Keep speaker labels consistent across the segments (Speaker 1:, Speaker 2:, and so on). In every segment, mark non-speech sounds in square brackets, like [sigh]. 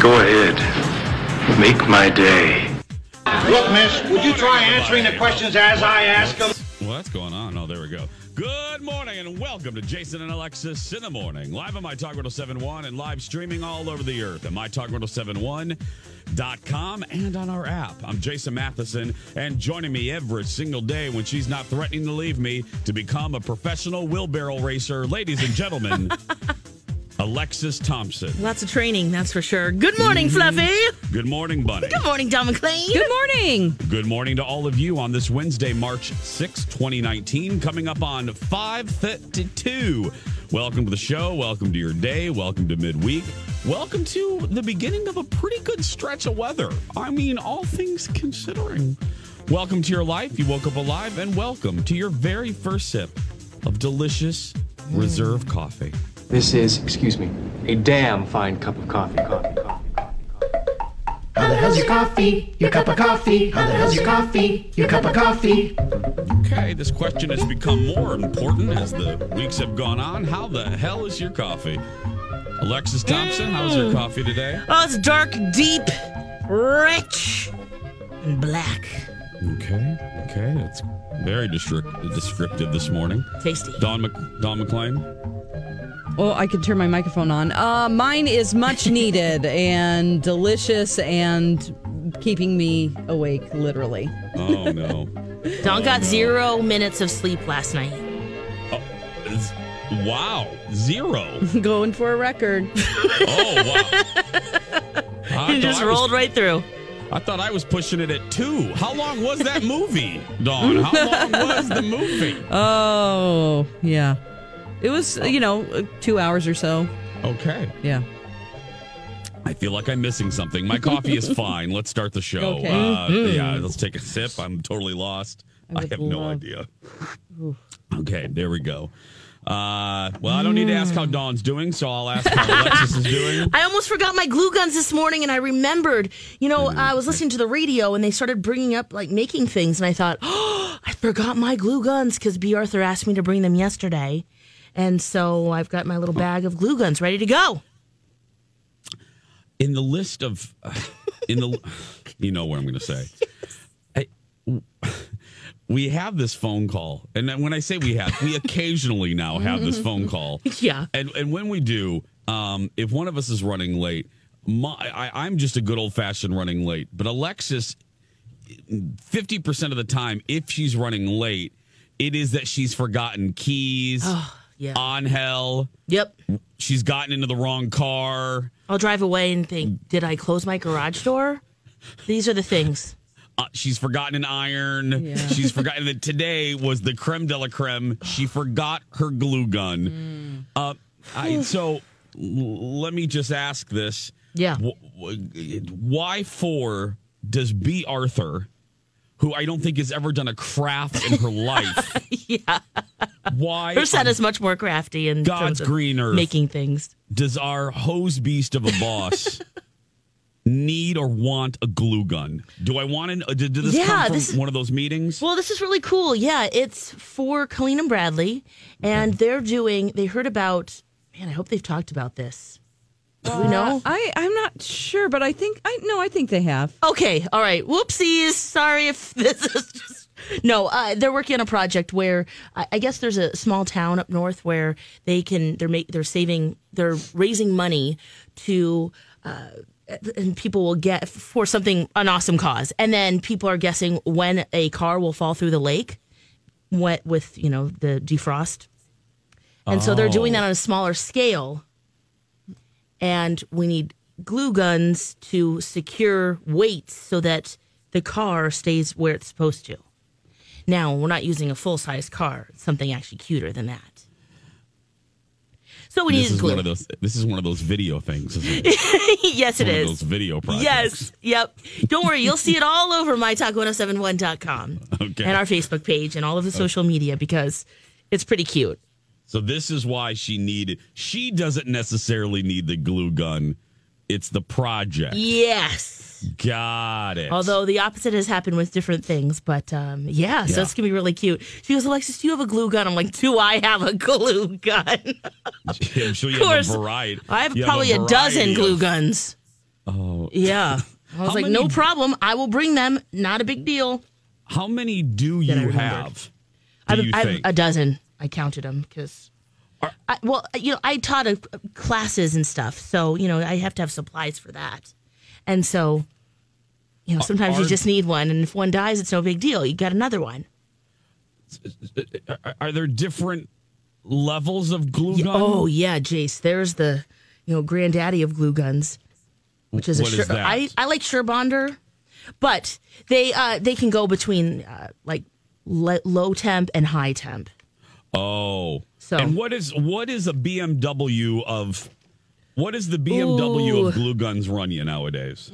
Speaker 1: Go ahead. Make my day.
Speaker 2: Look, miss, would you try answering the questions as I ask them?
Speaker 3: What's going on? Oh, there we go. Good morning and welcome to Jason and Alexis in the morning. Live on My Talk 1071 and live streaming all over the earth at MyTalk1071.com and on our app. I'm Jason Matheson and joining me every single day when she's not threatening to leave me to become a professional wheelbarrow racer, ladies and gentlemen, Alexis Thompson.
Speaker 4: Lots of training, that's for sure. Good morning, Fluffy.
Speaker 3: Good morning, Bunny.
Speaker 4: Good morning, Dom McLean.
Speaker 5: Good morning.
Speaker 3: Good morning to all of you on this Wednesday, March 6, 2019, coming up on 552. Welcome to the show. Welcome to your day. Welcome to midweek. Welcome to the beginning of a pretty good stretch of weather. I mean, all things considering. Welcome to your life. You woke up alive, and welcome to your very first sip of delicious reserve coffee.
Speaker 6: This is, excuse me, a damn fine cup of coffee. Coffee, coffee, coffee, coffee.
Speaker 7: How the hell's your coffee? Your cup of coffee? How the hell's your coffee? Your cup of coffee?
Speaker 3: Okay, this question has become more important as the weeks have gone on. How the hell is your coffee? Alexis Thompson, how's your coffee today?
Speaker 4: Oh, it's dark, deep, rich, and black.
Speaker 3: Okay, okay, that's very descript- descriptive this morning.
Speaker 4: Tasty.
Speaker 3: Don, Mc- Don McLean,
Speaker 5: Oh, I can turn my microphone on. Uh, mine is [laughs] much needed and delicious and keeping me awake, literally. [laughs]
Speaker 3: [laughs] oh no.
Speaker 4: Don got zero minutes of sleep last night.
Speaker 3: Oh, it's- wow, zero.
Speaker 5: Going for a record.
Speaker 3: Oh,
Speaker 4: [laughs]
Speaker 3: wow. I
Speaker 4: He
Speaker 3: thought
Speaker 4: just
Speaker 3: I was-
Speaker 4: rolled right through.
Speaker 3: I thought I was pushing it at two. How long was that movie, Dawn? How
Speaker 4: [laughs]
Speaker 3: long was the movie?
Speaker 4: Uh,
Speaker 5: Oh, yeah. It was, you know, uh, two hours or so.
Speaker 3: Okay.
Speaker 5: Yeah.
Speaker 3: I feel like I'm missing something. My coffee
Speaker 5: [laughs]
Speaker 3: is fine. Let's start the show.
Speaker 5: Okay. Mm-hmm.
Speaker 3: Uh, yeah, let's take a sip. I'm totally lost. I,
Speaker 5: would
Speaker 3: have no
Speaker 5: love- [sighs]
Speaker 3: idea. Okay, there we go. Uh, well, I don't need to ask
Speaker 5: Mm.
Speaker 3: how Dawn's doing, so I'll ask how Alexis is
Speaker 5: [laughs]
Speaker 3: doing.
Speaker 4: I almost forgot my glue guns this morning, and I remembered. You know, I was listening to the radio, and they started bringing up like making things, and I thought, [gasps] oh, I forgot my glue guns because B. Arthur asked me to bring them yesterday, and so I've got my little bag of glue guns ready to go.
Speaker 3: in the list of [sighs] in the [sighs] you know what i'm gonna say I- [sighs] we have this phone call and then when i say we have we occasionally now have
Speaker 5: Mm-hmm.
Speaker 3: this phone
Speaker 5: [laughs]
Speaker 3: call
Speaker 4: Yeah.
Speaker 3: and and when we do um if one of us is running late my, I, i'm just a good old-fashioned running late but alexis 50% of the time if she's running late it is that she's forgotten keys
Speaker 4: yeah.
Speaker 3: on hell
Speaker 4: Yep.
Speaker 3: she's gotten into the wrong car
Speaker 4: I'll drive away and think, did I close my garage door? These are the things.
Speaker 3: uh, she's forgotten an iron.
Speaker 5: Yeah.
Speaker 3: She's forgotten that today was the creme de la creme. She forgot her glue
Speaker 4: Mm.
Speaker 3: gun. Uh, I, so l- let me just ask this.
Speaker 4: Yeah.
Speaker 3: Wh- wh- Why for does B. Arthur, who I don't think has ever done a craft
Speaker 4: [laughs]
Speaker 3: in her life, why
Speaker 4: Her
Speaker 3: on
Speaker 4: son is much more crafty and
Speaker 3: God's green earth
Speaker 4: making things.
Speaker 3: does our hose beast of a
Speaker 4: [laughs]
Speaker 3: boss need or want a glue gun? Do I want an? uh, Did, did this come
Speaker 4: Yeah,
Speaker 3: from
Speaker 4: this is-
Speaker 3: one of those meetings?
Speaker 4: Well, this is really cool. Yeah, it's for Colleen and Bradley, and they're doing. They heard about. Man, I hope they've talked about this. Do we know?
Speaker 5: I, I'm not sure, but I think, I no, I think they have.
Speaker 4: Okay, all right. Whoopsies. Sorry if [laughs] this is just. No, uh, they're working on a project where I, I guess there's a small town up north where they can they're make they're saving they're raising money to uh, and people will get for something an awesome cause, and then people are guessing when a car will fall through the lake, what with you know the defrost, and so they're doing that on a smaller scale, and we need glue guns to secure weights so that the car stays where it's supposed to. Now we're not using a full size car; it's something actually cuter than that. So we
Speaker 3: This
Speaker 4: needed
Speaker 3: is
Speaker 4: glue.
Speaker 3: one of those. This is one of those video things. Isn't it?
Speaker 4: [laughs] yes, it
Speaker 3: one
Speaker 4: is.
Speaker 3: of those video projects.
Speaker 4: Yes. Yep. Don't worry. You'll see it all over mytalk1071.com
Speaker 3: [laughs] Okay.
Speaker 4: and our Facebook page and all of the social media because it's pretty cute.
Speaker 3: So this is why she needed. She doesn't necessarily need the glue gun. It's the project.
Speaker 4: Yes.
Speaker 3: Got it.
Speaker 4: Although the opposite has happened with different things, but um, yeah,
Speaker 3: Yeah.
Speaker 4: so it's gonna be really cute. She goes, Alexis, do you have a glue gun? I'm like, do I have a [laughs] glue gun?
Speaker 3: I'm sure you
Speaker 4: Of course,
Speaker 3: have a variety.
Speaker 4: I have
Speaker 3: you
Speaker 4: probably a, dozen
Speaker 3: variety
Speaker 4: glue
Speaker 3: of-
Speaker 4: guns. Oh. Yeah. I was
Speaker 3: How
Speaker 4: like,
Speaker 3: many-
Speaker 4: no problem. I will bring them. Not a big deal.
Speaker 3: How many do
Speaker 4: I
Speaker 3: you
Speaker 4: remembered.
Speaker 3: have? Do
Speaker 4: I've,
Speaker 3: you
Speaker 4: I've
Speaker 3: think?
Speaker 4: a dozen. I counted them because, I, well, you know, I taught a, classes and stuff, so you know, I have to have supplies for that, and so, you know, sometimes
Speaker 3: are-
Speaker 4: you just need one, and if one dies, it's no big deal. You got another one.
Speaker 3: Are- Are there different levels of glue gun?
Speaker 4: Oh yeah, Jace, there's the, you know, granddaddy of glue guns, which is
Speaker 3: What is
Speaker 4: a sure,
Speaker 3: that?
Speaker 4: I I like Sherbonder, but they uh they can go between uh, like le- low temp and high temp.
Speaker 3: Oh.
Speaker 4: So-
Speaker 3: and what is what is a BMW of what is the BMW of glue guns run you nowadays?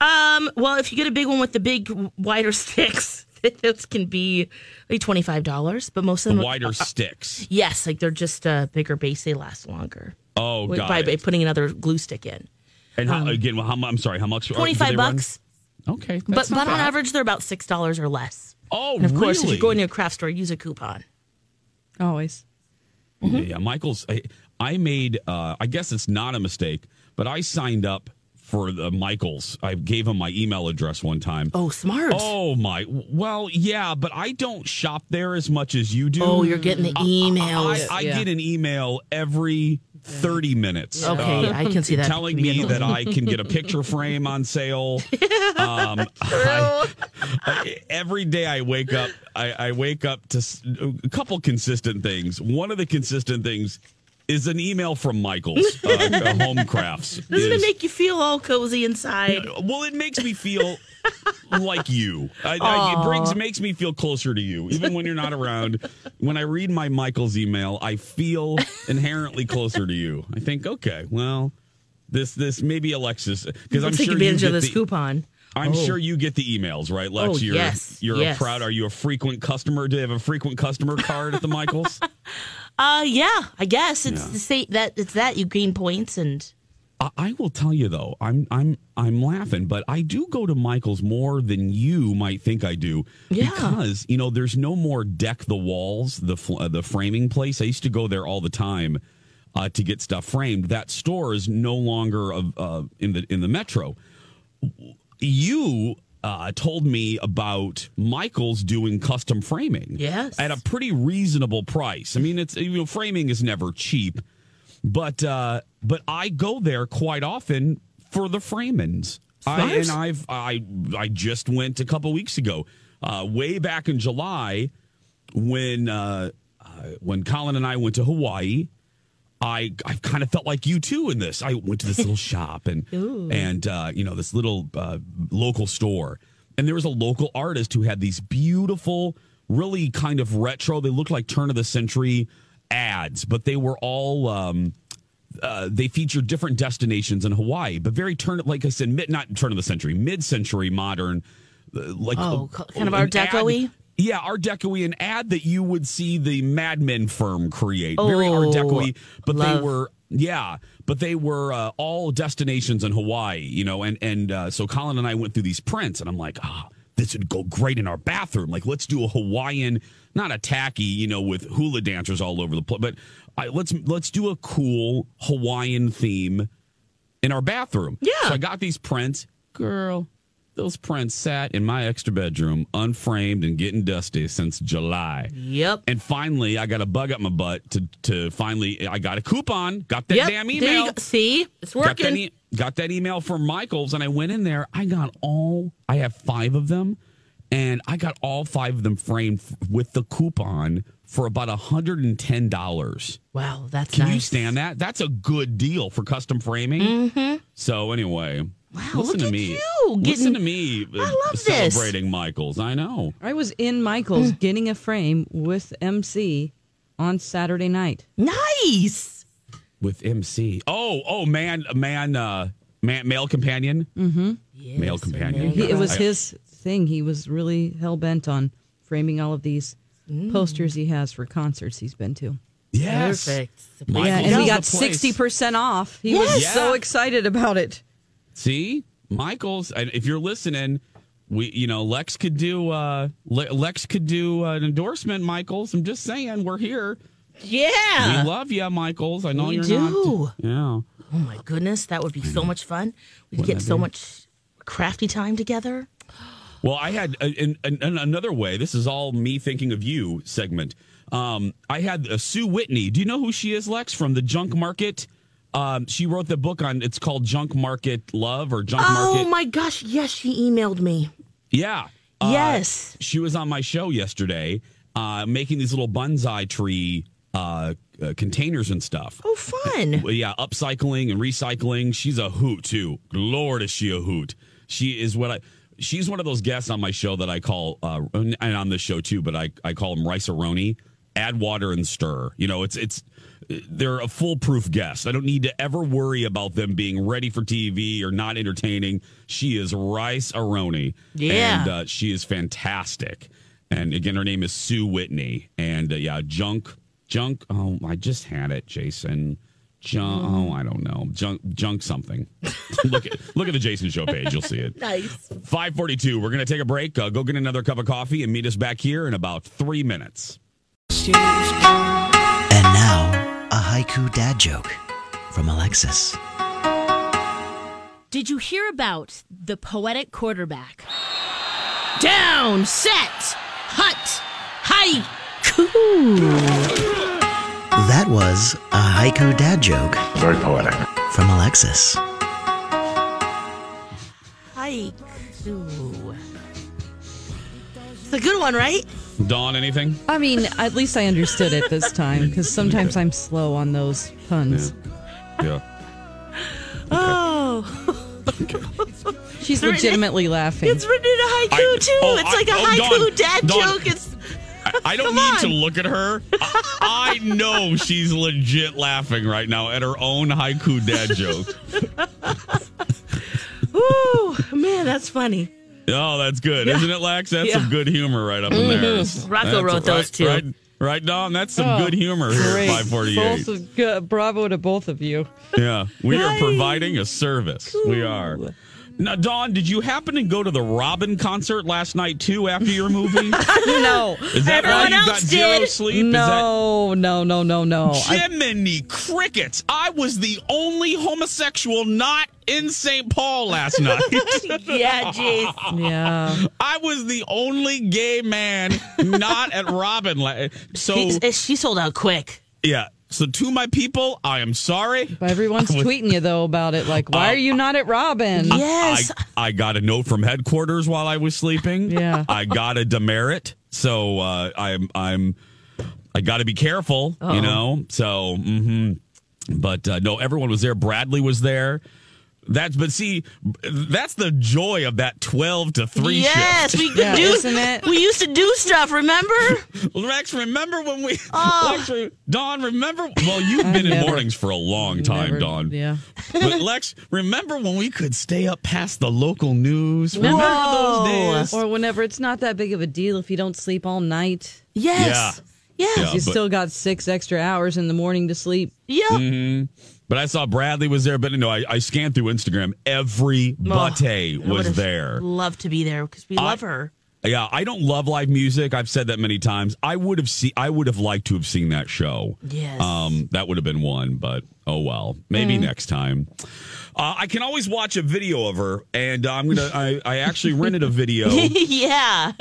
Speaker 4: Um, well, if you get a big one with the big wider [laughs] sticks, those can be like twenty five dollars. But most of them,
Speaker 3: Wider
Speaker 4: [laughs]
Speaker 3: sticks.
Speaker 4: yes, like they're just a bigger base; they last longer
Speaker 3: Oh,
Speaker 4: With-
Speaker 3: got
Speaker 4: by, by
Speaker 3: it.
Speaker 4: putting another glue stick in.
Speaker 3: And how, again, how, mu- I'm sorry, how much? are- do
Speaker 4: Twenty five
Speaker 3: they run?
Speaker 4: bucks,
Speaker 3: Okay,
Speaker 4: but
Speaker 3: that's
Speaker 4: but
Speaker 3: not
Speaker 4: on
Speaker 3: bad.
Speaker 4: average, they're about six dollars or less.
Speaker 3: Oh,
Speaker 4: And of
Speaker 3: really?
Speaker 4: course, if you're going to a craft store, use a coupon.
Speaker 5: Always.
Speaker 4: mm-hmm.
Speaker 3: Yeah, Michael's. I, I made. Uh, I guess it's not a mistake, but I signed up for the Michaels. I gave him my email address one time.
Speaker 4: Oh, smart!
Speaker 3: Oh my! Well, yeah, but I don't shop there as much as you do.
Speaker 4: Oh, you're getting the
Speaker 3: I,
Speaker 4: emails.
Speaker 3: I
Speaker 5: Yeah.
Speaker 3: get an email every thirty minutes.
Speaker 4: okay,
Speaker 3: uh,
Speaker 4: I can see that
Speaker 3: telling me that I can get a picture frame on
Speaker 4: [laughs]
Speaker 3: sale. Um, I- I- every day I wake up, I, I wake up to s- a couple consistent things. One of the consistent things is an email from Michaels
Speaker 4: [laughs]
Speaker 3: uh, uh, Home Crafts.
Speaker 4: Doesn't
Speaker 3: is-
Speaker 4: it make you feel all cozy inside?
Speaker 3: well, it makes me feel like you. I, I, it brings makes me feel closer to you, even when you're not around. When I read my Michael's email, I feel inherently closer to you. I think, okay, well, this this maybe Alexis because I'm
Speaker 4: take
Speaker 3: sure you
Speaker 4: advantage
Speaker 3: get
Speaker 4: of this
Speaker 3: the,
Speaker 4: coupon.
Speaker 3: I'm sure you get the emails, right, Lex?
Speaker 4: Oh,
Speaker 3: you're
Speaker 4: yes,
Speaker 3: you're
Speaker 4: yes.
Speaker 3: a proud. Are you a frequent customer? Do you have a frequent customer card at the Michaels?
Speaker 4: Uh, yeah, I guess it's the same that it's that you gain points and
Speaker 3: I- I will tell you though, I'm I'm I'm laughing, but I do go to Michael's more than you might think I do.
Speaker 4: Yeah.
Speaker 3: Because you know, there's no more deck the walls, the fl- uh, the framing place. I used to go there all the time uh, to get stuff framed. That store is no longer of uh, in the in the metro. You. Uh, told me about Michael's doing custom framing.
Speaker 4: Yes.
Speaker 3: At a pretty reasonable price. I mean, it's, you know, framing is never cheap but uh but I go there quite often for the Framans. I, and I've I I just went a couple weeks ago, uh, way back in July, when uh, uh, when Colin and I went to Hawaii. I I kind of felt like you too in this. I went to this
Speaker 4: [laughs]
Speaker 3: little shop and and uh, you know this little uh, local store, and there was a local artist who had these beautiful, really kind of retro. They looked like turn of the century ads, but they were all. Um, uh, they featured different destinations in Hawaii, but very turn like I said, mid not turn of the century, mid century modern, uh, like
Speaker 4: Oh,
Speaker 3: uh,
Speaker 4: kind of Art
Speaker 3: an ad-
Speaker 4: Deco-y?
Speaker 3: yeah, Art Deco an ad that you would see the Mad Men firm create. Very Art Deco but
Speaker 4: love.
Speaker 3: they were yeah, but they were uh, all destinations in Hawaii, you know, and and uh, so Colin and I went through these prints and I'm like, "Ah, this would go great in our bathroom. Like let's do a Hawaiian, not a tacky, you know, with hula dancers all over the place, but I, let's let's do a cool Hawaiian theme in our bathroom. Yeah. So I got these prints. Girl, Those prints sat in my extra bedroom, unframed and getting dusty since July.
Speaker 4: Yep.
Speaker 3: And finally, I got a bug up my butt to to finally. I got a coupon. Got that
Speaker 4: yep.
Speaker 3: damn
Speaker 4: There you
Speaker 3: email.
Speaker 4: go. See, it's
Speaker 3: Got
Speaker 4: working.
Speaker 3: that, e- got that email from Michaels, and I went in there. I got all. I have five of them, and I got all five of them framed f- with the coupon for about hundred and ten dollars.
Speaker 4: wow, that's
Speaker 3: Can
Speaker 4: nice.
Speaker 3: you stand that? That's a good deal for custom framing. So anyway, wow, listen
Speaker 4: Mm-hmm. look
Speaker 3: to
Speaker 4: at
Speaker 3: me.
Speaker 4: you
Speaker 3: listen
Speaker 4: getting-
Speaker 3: to me. uh,
Speaker 4: I love this.
Speaker 3: celebrating Michaels. I know.
Speaker 5: I was in [gasps] Michael's getting a frame with MC on Saturday night.
Speaker 4: Nice.
Speaker 3: with MC. Oh, oh, man, man, uh, man, male companion, male companion.
Speaker 5: He, it was
Speaker 3: I-
Speaker 5: his thing. He was really hell bent on framing all of these posters he has for concerts he's been to.
Speaker 3: yes,
Speaker 4: Perfect.
Speaker 3: Michael's
Speaker 5: Yeah,
Speaker 3: is
Speaker 5: and he got
Speaker 3: the place.
Speaker 5: sixty percent off. He was
Speaker 3: Yes.
Speaker 5: so
Speaker 3: Yeah.
Speaker 5: excited about it.
Speaker 3: See, Michael's. And if you're listening, we, you know, Lex could do, uh, Le- Lex could do an endorsement. Michael's. I'm just saying, we're here.
Speaker 4: Yeah.
Speaker 3: we love you, Michael's. I know
Speaker 4: we
Speaker 3: you're
Speaker 4: do.
Speaker 3: not. Yeah.
Speaker 4: Oh my goodness, that would be so much fun. We'd get so much crafty time together.
Speaker 3: Well, I had uh, a, an, an, another way. This is all me thinking of you segment. Um, I had uh, Sue Whitney. Do you know who she is, Lex, from the Junk Market? Um, she wrote the book on. It's called Junk Market Love or Junk
Speaker 4: Oh
Speaker 3: Market.
Speaker 4: my gosh, yes, she emailed me.
Speaker 3: yeah.
Speaker 4: yes.
Speaker 3: She was on my show yesterday, uh, making these little bonsai tree uh, uh, containers and stuff.
Speaker 4: Oh,
Speaker 3: [laughs]
Speaker 4: fun.
Speaker 3: Well, yeah, upcycling and recycling. She's a hoot too. Lord, is she a hoot? She is what I. She's one of those guests on my show that I call, uh, and on this show too, but I I call them rice roni. Add water and stir. You know, it's it's they're a foolproof guest. I don't need to ever worry about them being ready for TV or not entertaining. She is rice roni.
Speaker 4: Yeah.
Speaker 3: and uh, she is fantastic. And again, her name is Sue Whitney. And uh, yeah, junk, junk. Oh, I just had it, Jason. Junk.
Speaker 4: Mm-hmm.
Speaker 3: Oh, I don't know. Junk, junk
Speaker 4: [laughs]
Speaker 3: something. look at look at the Jason Show page. You'll see it.
Speaker 4: Nice.
Speaker 3: Five forty two. We're gonna take a break. Uh, go get another cup of coffee and meet us back here in about three minutes.
Speaker 8: And now, a haiku dad joke from Alexis.
Speaker 9: Did you hear about the poetic quarterback?
Speaker 4: Down, set, hut, hi, cool.
Speaker 8: That was a haiku dad joke
Speaker 1: Very poetic.
Speaker 8: from Alexis.
Speaker 4: Haiku. It's a good one, right?
Speaker 3: Dawn,
Speaker 4: [laughs]
Speaker 3: anything?
Speaker 5: I mean, at least I understood it this time because sometimes I'm slow on those puns.
Speaker 3: Yeah.
Speaker 4: Oh,
Speaker 5: She's
Speaker 4: Right.
Speaker 5: legitimately laughing.
Speaker 4: it's written in a haiku
Speaker 3: I-
Speaker 4: too.
Speaker 3: oh,
Speaker 4: it's
Speaker 3: I-
Speaker 4: like a
Speaker 3: oh,
Speaker 4: haiku
Speaker 3: Dawn,
Speaker 4: dad
Speaker 3: Dawn.
Speaker 4: joke. It's
Speaker 3: I, I don't
Speaker 4: Come
Speaker 3: need
Speaker 4: on.
Speaker 3: to look at her. I, I know she's legit laughing right now at her own haiku dad
Speaker 4: [laughs]
Speaker 3: joke.
Speaker 4: ooh, man,
Speaker 3: [laughs]
Speaker 4: that's funny.
Speaker 3: Oh, that's good, isn't it, Lex? That's some good humor right up in there.
Speaker 4: Mm-hmm. Rocco
Speaker 3: That's-
Speaker 4: wrote
Speaker 3: right-
Speaker 4: those two. Oh,
Speaker 3: Right, right, Don? That's some good humor here
Speaker 5: Great.
Speaker 3: at 548.
Speaker 5: Both of- good- bravo to both of you.
Speaker 3: Yeah, we are providing a service. We are. Now, Don, did you happen to go to the Robin concert last night, too, after your
Speaker 4: [laughs]
Speaker 3: movie?
Speaker 5: No,
Speaker 3: Is that why
Speaker 4: Everyone
Speaker 3: you got
Speaker 4: else
Speaker 3: zero
Speaker 4: did.
Speaker 3: sleep? Is that- Oh,
Speaker 5: no, no, no,
Speaker 3: [laughs]
Speaker 5: no, no. I-
Speaker 3: Jiminy crickets! I was the only homosexual not in St. Paul
Speaker 4: [laughs]
Speaker 3: last night.
Speaker 4: Yeah, jeez.
Speaker 5: yeah.
Speaker 3: I was the only gay man not at Robin. la- So
Speaker 4: She- She sold out quick.
Speaker 3: yeah. So to my people, I am sorry.
Speaker 5: But
Speaker 3: [laughs]
Speaker 5: everyone's tweeting you though about it. Like, why are you not at Robin?
Speaker 4: Yes.
Speaker 3: I, I got a note from headquarters while I was sleeping.
Speaker 5: [laughs] Yeah.
Speaker 3: I got a demerit. So uh, I'm I'm I got to be careful, you know. So, hmm but uh, no, everyone was there. Bradley was there. That's but see, that's the joy of that twelve to three shift.
Speaker 4: yes, we could
Speaker 5: Yeah,
Speaker 4: do.
Speaker 5: isn't it?
Speaker 4: We used to do stuff. Remember?
Speaker 3: Lex, remember when we? [laughs] Lex, re- Dawn, remember? Well, you've been in
Speaker 5: Oh. never-
Speaker 3: mornings for a long time,
Speaker 5: Never-
Speaker 3: Dawn.
Speaker 5: Yeah. [laughs]
Speaker 3: But Lex, remember when we could stay up past the local news? Remember those days?
Speaker 5: Or whenever it's not that big of a deal if you don't sleep all night.
Speaker 4: Yes.
Speaker 3: Yeah,
Speaker 4: Yes.
Speaker 5: You
Speaker 3: Uh, but-
Speaker 5: still got six extra hours in the morning to sleep.
Speaker 4: Yep.
Speaker 3: But I saw Bradley was there. But no, I, I scanned through Instagram. Every butte
Speaker 4: I
Speaker 3: was
Speaker 4: would've
Speaker 3: there.
Speaker 4: Loved to be there because we love her.
Speaker 3: Yeah, I don't love live music. I've said that many times. I would have seen. I would have liked to have seen that show.
Speaker 4: Yes.
Speaker 5: Mm.
Speaker 3: Um, that would have been one, but oh well. Maybe next time. Uh, I can always watch a video of her, and uh, I'm gonna. I, I actually rented a video.
Speaker 4: [laughs]
Speaker 5: [laughs]
Speaker 4: yeah.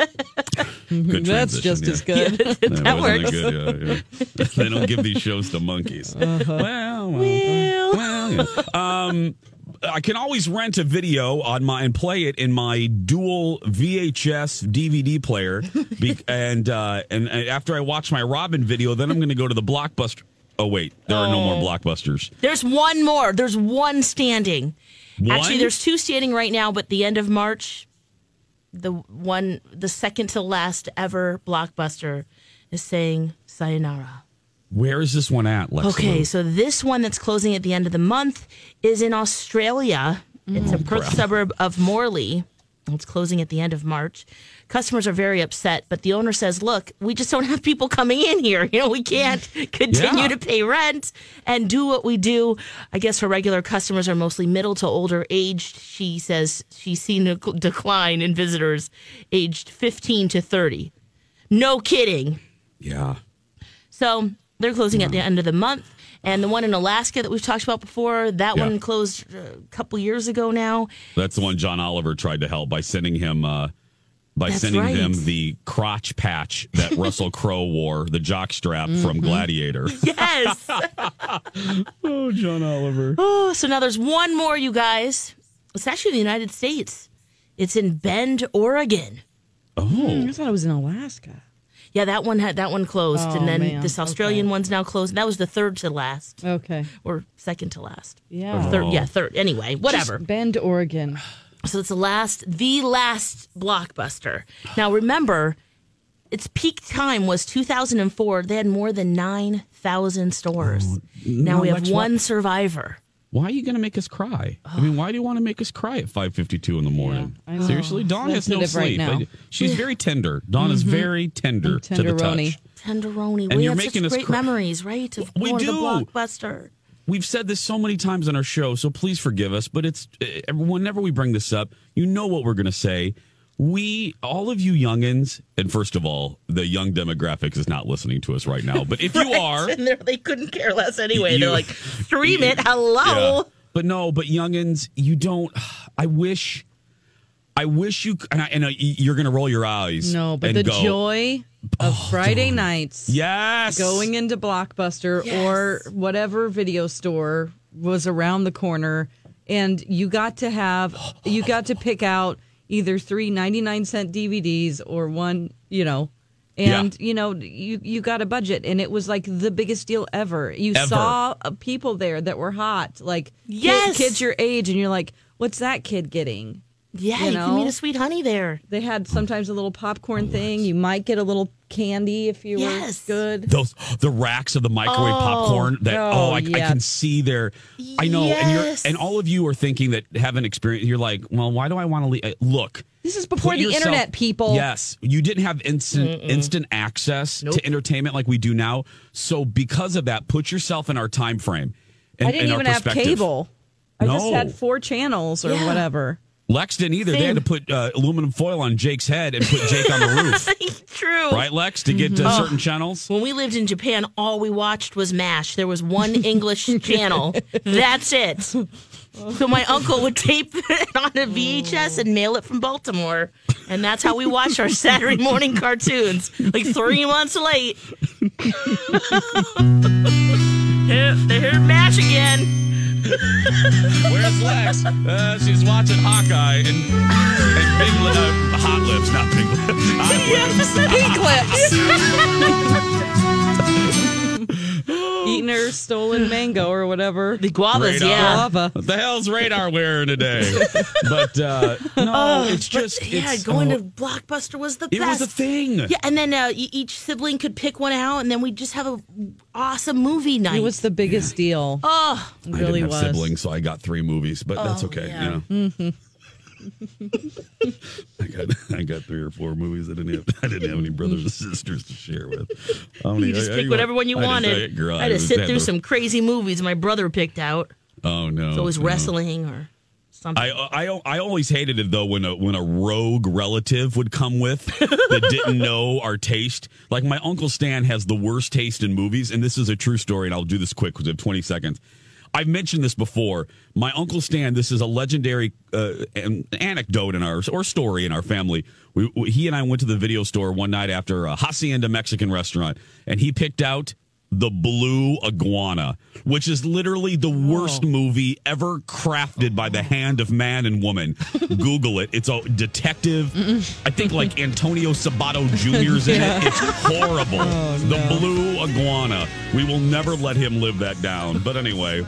Speaker 3: Good transition,
Speaker 5: That's just
Speaker 3: yeah.
Speaker 5: as good.
Speaker 3: [laughs] That wasn't that good, yeah, [laughs] yeah. they don't give these shows to monkeys. Well, well, well, yeah. Um, I can always rent a video on my and play it in my dual VHS DVD player. Be- and, uh, and and after I watch my Robin video, then I'm going to go to the blockbuster. Oh wait, there are no more blockbusters.
Speaker 4: There's one more. There's one standing.
Speaker 3: One?
Speaker 4: Actually, there's two standing right now, but the end of March, the one, the second to last ever blockbuster is saying sayonara.
Speaker 3: Where is this one at? Lex
Speaker 4: Okay,
Speaker 3: Luthor?
Speaker 4: so this one that's closing at the end of the month is in Australia. It's a Perth suburb of Morley. It's closing at the end of March. Customers are very upset, but the owner says, "Look, we just don't have people coming in here. You know, we can't continue
Speaker 3: Yeah.
Speaker 4: to pay rent and do what we do." I guess her regular customers are mostly middle to older aged. She says she's seen a cl- decline in visitors aged 15 to 30. No kidding.
Speaker 3: yeah.
Speaker 4: So they're closing at the end of the month. And the one in Alaska that we've talked about before, that
Speaker 3: Yeah.
Speaker 4: one closed uh, a couple years ago now.
Speaker 3: That's the one John Oliver tried to help by sending him uh, by
Speaker 4: That's
Speaker 3: sending
Speaker 4: right.
Speaker 3: them the crotch patch that Russell Crowe wore, the jock strap from Gladiator.
Speaker 4: Yes.
Speaker 3: Oh, John Oliver.
Speaker 4: [laughs] oh, so now there's one more, you guys. It's actually in the United States. It's in Bend, Oregon.
Speaker 3: Oh,
Speaker 5: I thought it was in Alaska.
Speaker 4: Yeah, that one had that one closed,
Speaker 5: Oh,
Speaker 4: and then
Speaker 5: man.
Speaker 4: this Australian one's now closed. That was the third to last,
Speaker 5: Okay.
Speaker 4: or second to last.
Speaker 5: Yeah.
Speaker 3: Uh-huh.
Speaker 4: Third, yeah, third. Anyway, whatever.
Speaker 5: Just Bend, Oregon.
Speaker 4: So it's the last, the last blockbuster. Now remember, its peak time was 2004. They had more than 9,000 stores. now
Speaker 3: no,
Speaker 4: we have
Speaker 3: Lex,
Speaker 4: one
Speaker 3: what-
Speaker 4: survivor.
Speaker 3: Why are you going to make us cry? I mean, why do you want to make us cry at 5:52 in the morning?
Speaker 5: I know.
Speaker 3: Seriously, Dawn has no
Speaker 5: Sensitive right
Speaker 3: sleep.
Speaker 5: now.
Speaker 3: I- She's very tender. Dawn is very tender to the
Speaker 5: tenderoni.
Speaker 3: touch.
Speaker 4: Tenderoni.
Speaker 3: And
Speaker 4: we
Speaker 3: you're
Speaker 4: have
Speaker 3: making
Speaker 4: such
Speaker 3: us
Speaker 4: great
Speaker 3: cry.
Speaker 4: memories, right? Of
Speaker 3: We
Speaker 4: going to
Speaker 3: do.
Speaker 4: blockbuster.
Speaker 3: We've said this so many times on our show, so please forgive us. But it's eh, whenever we bring this up, you know what we're going to say. We, all of you youngins, and first of all, the young demographics is not listening to us right now. But if
Speaker 4: [laughs]
Speaker 3: you are,
Speaker 4: And they're- they couldn't care less anyway.
Speaker 3: You-
Speaker 4: They're like, stream it.
Speaker 3: Yeah.
Speaker 4: Hello.
Speaker 3: But no, but youngins, you don't. I wish, I wish you. And, I, and I, you're gonna roll your eyes.
Speaker 5: No, but
Speaker 3: and
Speaker 5: the
Speaker 3: go, Oh,
Speaker 5: joy of Friday nights
Speaker 3: Yes,
Speaker 5: going into Blockbuster or whatever video store was around the corner and you got to have you got to pick out either three 99 cent DVDs or one, you know. And you know, you you got a budget and it was like the biggest deal ever. You
Speaker 3: Ever.
Speaker 5: saw uh, people there that were hot, like ki-
Speaker 4: Yes.
Speaker 5: kids your age and you're like, what's that kid getting?
Speaker 4: Yeah,
Speaker 5: You
Speaker 4: you,
Speaker 5: know?
Speaker 4: can meet a sweet honey there. [laughs]
Speaker 5: They had sometimes a little popcorn thing. You might get a little candy if you
Speaker 4: Yes.
Speaker 5: were good.
Speaker 3: Those the racks of the microwave popcorn that oh,
Speaker 5: oh,
Speaker 3: I, I
Speaker 5: yeah.
Speaker 3: can see there. I know, and you're
Speaker 4: Yes.
Speaker 3: and all of you are thinking that haven't experienced. You're like, well, why do I want to leave? uh, Look,
Speaker 5: This is before
Speaker 3: put
Speaker 5: the
Speaker 3: yourself-
Speaker 5: internet, people.
Speaker 3: Yes, you didn't have instant instant access to entertainment like we do now. So because of that, put yourself in our time frame. And,
Speaker 5: I didn't
Speaker 3: and our
Speaker 5: even have
Speaker 3: perspective.
Speaker 5: cable. I just
Speaker 3: No.
Speaker 5: had four channels or
Speaker 4: Yeah.
Speaker 5: whatever.
Speaker 3: Lex didn't either. They had to put uh, aluminum foil on Jake's head and put Jake on the
Speaker 5: [laughs]
Speaker 3: roof,
Speaker 4: True.
Speaker 3: right, Lex, to get
Speaker 5: Mm-hmm.
Speaker 3: uh, certain channels.
Speaker 4: When we lived in Japan, all we watched was MASH. There was one [laughs] English channel. That's it. So my uncle would tape [laughs] it on a VHS and mail it from Baltimore. And that's how we watched our Saturday morning cartoons, like three months late. [laughs] Yeah, they heard MASH again.
Speaker 3: Where's Lex? Uh, she's watching Hawkeye and, and Big Li- uh, Hot Lips, not Big Lips.
Speaker 4: [laughs]
Speaker 3: Hot Lips.
Speaker 5: Pink lips.
Speaker 3: Oh.
Speaker 5: Eating her stolen mango or whatever.
Speaker 4: The guavas,
Speaker 3: Radar.
Speaker 4: yeah.
Speaker 5: Guava.
Speaker 3: What the hell's radar wearing
Speaker 4: [laughs]
Speaker 3: today? but uh, no, it's just
Speaker 4: Oh, Yeah,
Speaker 3: it's,
Speaker 4: going
Speaker 3: oh,
Speaker 4: to Blockbuster was the
Speaker 3: it
Speaker 4: best.
Speaker 3: was a thing.
Speaker 4: Yeah, and then uh, e- each sibling could pick one out, and then we'd just have a awesome movie night.
Speaker 5: It was the biggest deal. Oh, it
Speaker 3: I
Speaker 5: really
Speaker 3: didn't have
Speaker 5: was.
Speaker 3: siblings, so I got three movies, but
Speaker 4: Oh,
Speaker 3: that's okay. You know.
Speaker 4: Mm-hmm.
Speaker 3: [laughs] I got I got three or four movies. I didn't have I didn't have any brothers and sisters to share with. I only-
Speaker 4: [laughs] You just
Speaker 3: I- I-
Speaker 4: pick whatever one you
Speaker 3: I just-
Speaker 4: wanted.
Speaker 3: I, girl,
Speaker 4: I had to
Speaker 3: just
Speaker 4: sit
Speaker 3: had
Speaker 4: through
Speaker 3: the-
Speaker 4: some crazy movies my brother picked out.
Speaker 3: Oh no!
Speaker 4: So it was
Speaker 3: no.
Speaker 4: wrestling or something.
Speaker 3: I, I I always hated it though when a when a rogue relative would come with that didn't know our taste. Like my uncle Stan has the worst taste in movies, and this is a true story. And I'll do this quick because we have twenty seconds. I've mentioned this before. My uncle Stan, this is a legendary uh, an anecdote in our or story in our family. We, we, he and I went to the video store one night after a hacienda Mexican restaurant, and he picked out the Blue Iguana, which is literally the
Speaker 4: Oh.
Speaker 3: worst movie ever crafted by the hand of man and
Speaker 4: [laughs]
Speaker 3: woman. Google it. It's a detective. I think like Antonio Sabato Jr.'s
Speaker 4: [laughs]
Speaker 3: in it. It's horrible.
Speaker 4: Oh,
Speaker 3: the Blue Iguana. We will never let him live that down. But anyway,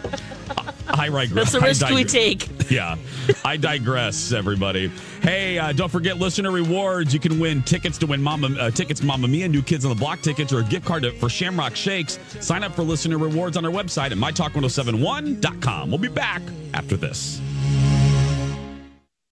Speaker 3: I, [laughs] I
Speaker 4: That's
Speaker 3: regress.
Speaker 4: the
Speaker 3: I
Speaker 4: risk we
Speaker 3: digre-
Speaker 4: take.
Speaker 3: [laughs] yeah. I digress, everybody. Hey, uh, don't forget listener rewards. You can win tickets to win Mama uh, tickets to Mama Mia, new Kids on the Block tickets, or a gift card to, for Shamrock Shakes. oh Sign up for listener rewards on our website at mytalk1071.com. We'll be back after this.